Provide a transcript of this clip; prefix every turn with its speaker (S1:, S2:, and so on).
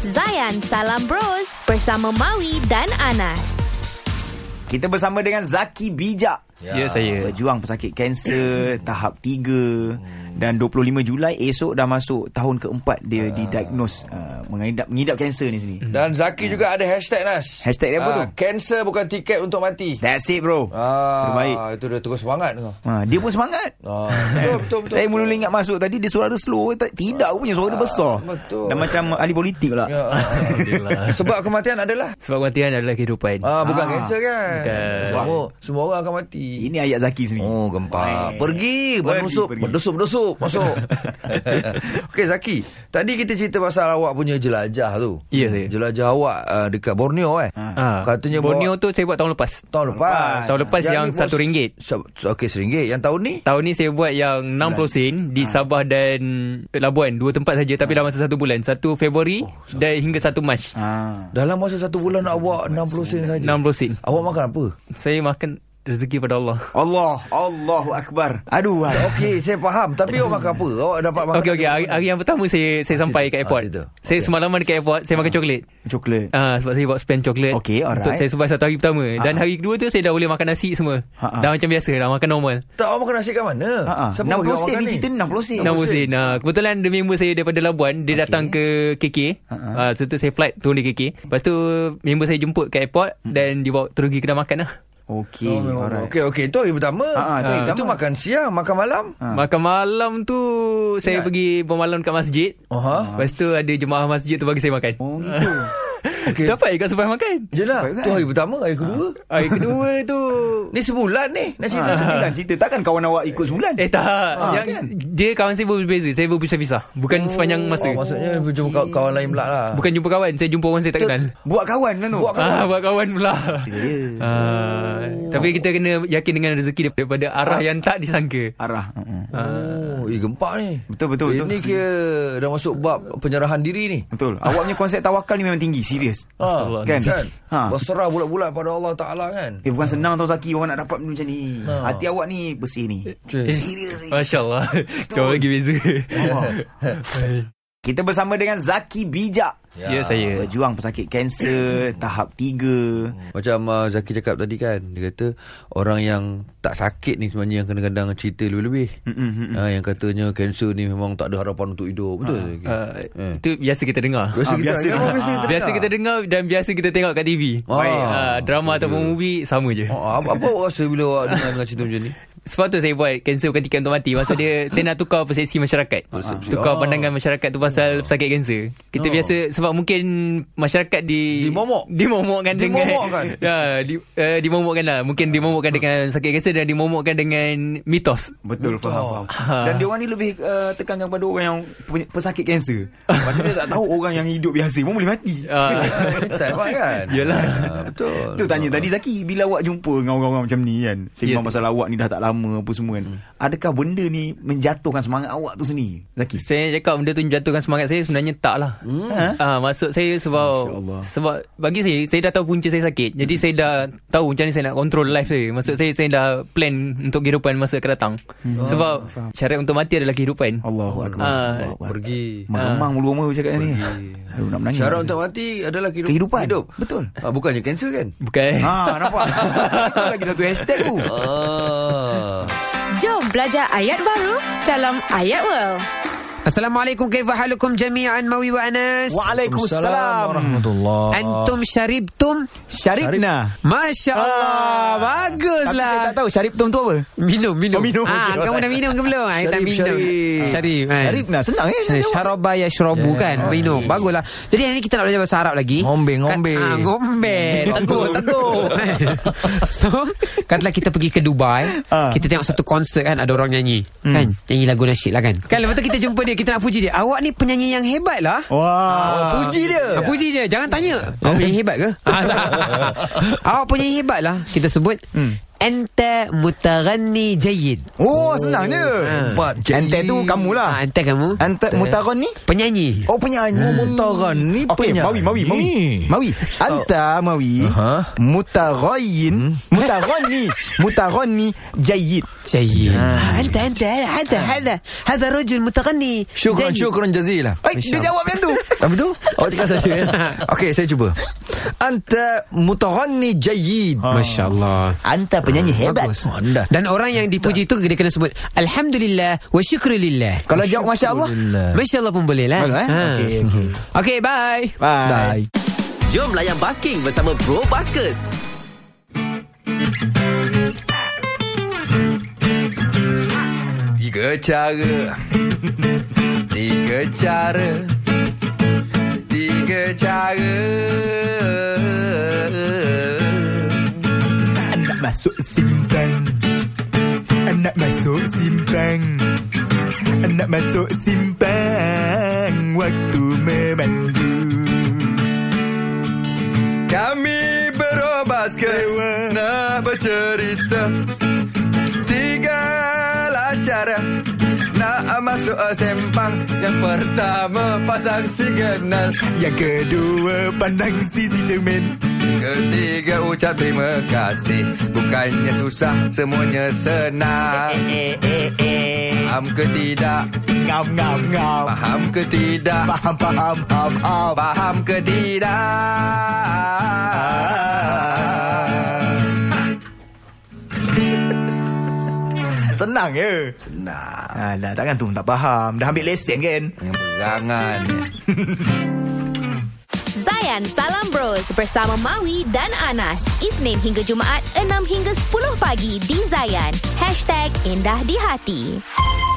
S1: Zayan Salam Bros bersama Maui dan Anas.
S2: Kita bersama dengan Zaki Bijak.
S3: Ya, saya.
S2: Berjuang pesakit kanser tahap 3 dan 25 Julai esok dah masuk tahun keempat
S3: Ah.
S2: dia didiagnose uh, mengidap mengidap kanser ni sini.
S3: Dan Zaki juga ada hashtag Nas.
S2: Hmm. Hashtag dia apa
S3: Ah,
S2: tu?
S3: Cancer bukan tiket untuk mati.
S2: That's it bro.
S3: Ah,
S2: Terbaik.
S3: Itu dia terus semangat tu.
S2: Ha, dia pun semangat.
S3: Ah, betul, betul, betul. Ah,
S2: Saya mula ingat masuk tadi dia suara dia slow. Tak- Tidak aku punya suara dia besar.
S3: betul.
S2: Dan macam ahli politik pula.
S3: Ya, ah, ah. Sebab kematian adalah
S4: Sebab kematian adalah kehidupan.
S3: ah, bukan
S2: Ah,
S3: kanser kan.
S4: bukan.
S3: Semua semua orang akan mati.
S2: Ini ayat Zaki sendiri.
S3: Oh gempa Pergi Berdusup
S2: pergi.
S3: Berdusup Berdusup Masuk Okey Zaki Tadi kita cerita pasal awak punya jelajah tu
S4: Ya, saya.
S3: Jelajah awak uh, Dekat Borneo eh
S4: Ah,
S3: Katanya
S4: Borneo
S3: bawa,
S4: tu saya buat tahun lepas.
S3: Tahun lepas
S4: Tahun lepas yang
S3: ni bos-
S4: satu ringgit.
S3: se- Okey RM1 Yang tahun ni
S4: Tahun ni saya buat yang 60 sen
S3: Ah.
S4: di Sabah dan Labuan. Dua tempat saja tapi dalam masa satu bulan. Satu Februari
S3: Oh,
S4: dan hingga satu Mac.
S3: Ah,
S2: Ha.
S3: Dalam masa satu bulan nak awak 60 sen saja.
S4: 60 sen.
S3: Awak makan apa?
S4: Saya makan rezeki pada Allah.
S2: Allah, Allahu Akbar. Aduh. hai.
S3: Okey, saya faham. Tapi awak makan apa? Awak dapat makan.
S4: Okey ah. okey hari, hari yang pertama saya saya sampai
S3: cerita.
S4: kat
S3: Ah,
S4: airport.
S3: cerita.
S4: Saya
S3: Okey.
S4: semalaman dekat airport saya makan coklat.
S2: Coklat.
S4: Ah sebab saya bawa spend coklat
S2: Okey, alright.
S4: untuk saya sebar satu hari pertama
S3: Ah.
S4: dan hari kedua tu saya dah boleh makan nasi semua.
S2: Ha, ha.
S4: Dah macam biasa dah makan normal.
S3: Tak awak makan nasi kat mana?
S2: Ha, ha.
S3: Siapa
S2: 60
S3: bagi awak
S2: sen
S3: makan
S2: ni cerita ni 60 sen.
S4: Nama Hussein nah, Kebetulan ada member saya Daripada Labuan Dia okay. datang ke KK
S2: Ha-ha.
S4: uh, Serta saya flight Turun di KK Lepas tu Member saya jemput ke airport
S2: Hmm.
S4: Dan dibawa terus pergi kedai makan lah
S2: Okey,
S3: Oh,
S2: alright.
S3: Okey, okey. Itu hari pertama.
S2: Ha, ha, itu
S4: Ah.
S2: hari
S3: Itu
S2: pertama.
S3: makan siang, makan malam.
S2: Ha. Ya.
S4: Makan malam tu Saya pergi bermalam kat masjid
S2: Ha,
S3: Aha.
S4: Lepas tu ada jemaah masjid tu bagi saya makan
S2: Oh gitu.
S3: Okey.
S4: Dapat kat supaya makan
S3: Jelah,
S2: Baik, kan?
S3: tu hari pertama, hari kedua.
S4: Hari kedua tu
S3: Ni sebulan ni. Nak cerita
S2: ha,
S3: sebulan.
S2: sebulan cerita takkan kawan awak ikut sebulan?
S4: Ah. Eh tak
S2: Ah,
S4: yang,
S2: kan?
S4: Dia kawan saya berbeza Saya berpisah-pisah Bukan sepanjang masa
S3: Oh, maksudnya jumpa kaw- kawan lain pula lah.
S4: Bukan jumpa kawan Saya jumpa orang saya tak kenal
S2: Buat kawan kan tu?
S3: Buat kawan.
S4: Ah, buat kawan pula.
S2: Ya.
S4: Ah, tapi kita kena yakin dengan rezeki daripada arah yang tak disangka.
S2: Arah. Uh-uh.
S4: Ah.
S3: Oh, eh gempak ni.
S2: Betul, betul, betul.
S3: Ini kira dah masuk bab penyerahan diri ni.
S2: Betul. Awak punya konsep tawakal ni memang tinggi, serius.
S3: Ha,
S2: Kan?
S3: kan? kan?
S2: Ha.
S3: Berserah bulat-bulat pada Allah Ta'ala kan?
S2: Eh
S4: Ah.
S2: bukan senang tau Zaki orang nak dapat benda macam ni. Hati awak ni bersih ni.
S4: Eh.
S3: Cik.
S2: Serius ni.
S4: Masya Allah. Kau lagi beza.
S2: Kita bersama dengan Zaki Bijak.
S4: Ya, saya.
S2: Berjuang pesakit kanser tahap 3.
S3: Macam uh, Zaki cakap tadi kan Dia kata Orang yang tak sakit ni sebenarnya Yang kadang-kadang cerita lebih-lebih ha, Yang katanya Kanser ni memang tak ada harapan untuk hidup Betul Zaki?
S4: Ah,
S3: Eh.
S4: Itu biasa kita dengar.
S3: Biasa
S2: ah,
S3: kita
S2: biasa
S3: memang
S2: dengar.
S4: Biasa kita
S3: dengar.
S4: dengar dan biasa kita tengok kat TV.
S3: Ah,
S4: Baik. Ah, drama
S3: betul.
S4: ataupun movie sama je.
S3: Oh, apa, apa awak rasa bila awak dengar, dengar cerita macam ni?
S4: Sebab tu saya buat kanser bukan tiket untuk mati. Maksud dia saya nak tukar persepsi masyarakat. Tukar
S3: Oh.
S4: pandangan masyarakat tu
S3: Ah.
S4: pasal sakit kanser. Kita
S3: Oh.
S4: biasa sebab mungkin masyarakat di
S3: Dimomok.
S4: dimomokkan dengan
S3: Dimomokkan. Ah.
S4: ya di, uh, dimomokkan lah. Mungkin dimomokkan dengan sakit kanser dan dimomokkan dengan mitos.
S2: Betul,
S3: Betul.
S2: faham, faham.
S4: Ah.
S2: Dan dia orang ni lebih uh, tekankan pada orang yang pe- pesakit kanser. Padahal dia tak tahu orang yang hidup biasa pun boleh mati.
S4: Ah,
S3: Ini time lah kan?
S4: Yelah.
S3: Ah, betul.
S2: Tu tanya tadi Zaki Bila awak jumpa dengan orang-orang macam ni kan Sembang
S4: Yes.
S2: pasal awak ni dah tak lama apa semua kan Adakah benda ni menjatuhkan semangat awak tu sendiri Zaki
S4: saya cakap benda tu jatuhkan semangat saya sebenarnya tak lah.
S2: Ha?
S4: Ah, maksud saya sebab
S2: Masya Allah.
S4: sebab bagi saya saya dah tahu punca saya sakit. Jadi saya dah tahu macam mana saya nak control life saya. Maksud saya saya dah plan untuk kehidupan masa akan datang. Sebab syarat untuk mati adalah kehidupan.
S2: Allahu Akbar
S4: Ah,
S2: Allahu Akbar.
S3: Pergi.
S2: Meremang bulu rumah cakap ni Aduh nak menangis
S3: Syarat untuk mati adalah kehidupan.
S2: Kehidupan.
S3: Hidup.
S2: Betul.
S3: Ah, bukannya kanser kan?
S4: Bukan.
S2: Ha nampak Itu lagi satu hashtag tu
S3: Ah.
S1: Jom belajar ayat baru dalam Ayat World.
S5: Assalamualaikum kaifa halukum jami'an Mawi wa Anas
S2: Waalaikumsalam
S3: Warahmatullah.
S5: Antum syaribtum
S2: Syaribna
S5: Masya Allah
S2: Ah. Tapi
S5: Baguslah
S2: saya tak tahu Syarib tu tu apa
S5: Minum minum
S2: Oh, minum.
S5: ah,
S2: Okey,
S5: Kamu dah minum ke belum Saya tak
S3: Syarib,
S5: minum
S3: syarib.
S5: Syarib kan?
S2: Syaribna senang eh
S5: Syarib Syaraba yashrabu kan Minum Baguslah Jadi hari ni kita nak belajar bahasa Arab lagi
S3: Ngombe, ngombe.
S5: Kan, ah, Ngombe Tegur tegur So Katalah kita pergi ke Dubai
S2: Ah.
S5: Kita tengok satu konsert kan Ada orang nyanyi Kan Nyanyi lagu nasyid lah kan Kan lepas tu kita jumpa dia Kita nak puji dia Awak ni penyanyi yang hebat lah
S2: Wah
S3: Ah, puji dia.
S5: Ah, puji je Jangan tanya Awak punya hebat ke Awak punya hebat lah Kita sebut anta mutaghanni jayyid.
S2: Oh, senang je. Hebat. Antai tu kamu
S5: Ah,
S2: lah.
S5: anta kamu?
S2: Antai Mutaron ni?
S5: Penyanyi.
S2: Oh, penyanyi.
S3: Mutaran ni
S2: Okey, Mawi, Mawi, Mawi. Mawi. Anta Mawi.
S3: Aha.
S2: Mutarayin. Mutaron ni. Mutaron ni jayyid.
S5: جيد انت انت هذا هذا هذا الرجل متغني
S3: Syukran,
S5: جيد.
S3: syukran jazilah.
S2: Eh, dia jawab macam tu.
S3: lah. Apa tu? Awak cakap saya eh? Okey, saya cuba. Anta mutaghanni jayyid.
S5: Masya Allah
S2: Ah. Anta penyanyi hebat.
S3: Oh, dah.
S5: Dan orang yang dipuji tu Dia kena sebut Alhamdulillah Wa syukrulillah
S2: Kalau jawab Masya Allah.
S5: Masya Allah pun boleh lah
S2: Boleh, eh?
S5: Ha.
S2: Okey, okey.
S5: Okay bye
S2: Bye.
S3: Bye.
S6: Jom layan basking bersama Bro Baskers.
S3: Tiga cara Tiga cara Tiga cara
S2: Anak masuk simpang Anak masuk simpang Anak masuk simpang Waktu memandu
S3: Kami berobas ke Nak bercerita Tiga lah cara Nak masuk sempang Yang pertama pasang signal
S2: Yang kedua pandang sisi cermin
S3: Ketiga ucap terima kasih Bukannya susah Semuanya senang
S2: Eh eh eh
S3: Faham ke tidak?
S2: Ngam ngam ngam
S3: Faham ke tidak?
S2: Faham faham faham faham
S3: Faham ke
S2: Ah.
S3: tidak?
S2: Senang je
S3: Nah,
S2: Alah takkan tu tak faham Dah ambil lesen kan
S3: yang berangan.
S1: Zayan Salam Bros bersama Maui dan Anas. Isnin hingga Jumaat 6 hingga 10 pagi di Zayan. #IndahDiHati.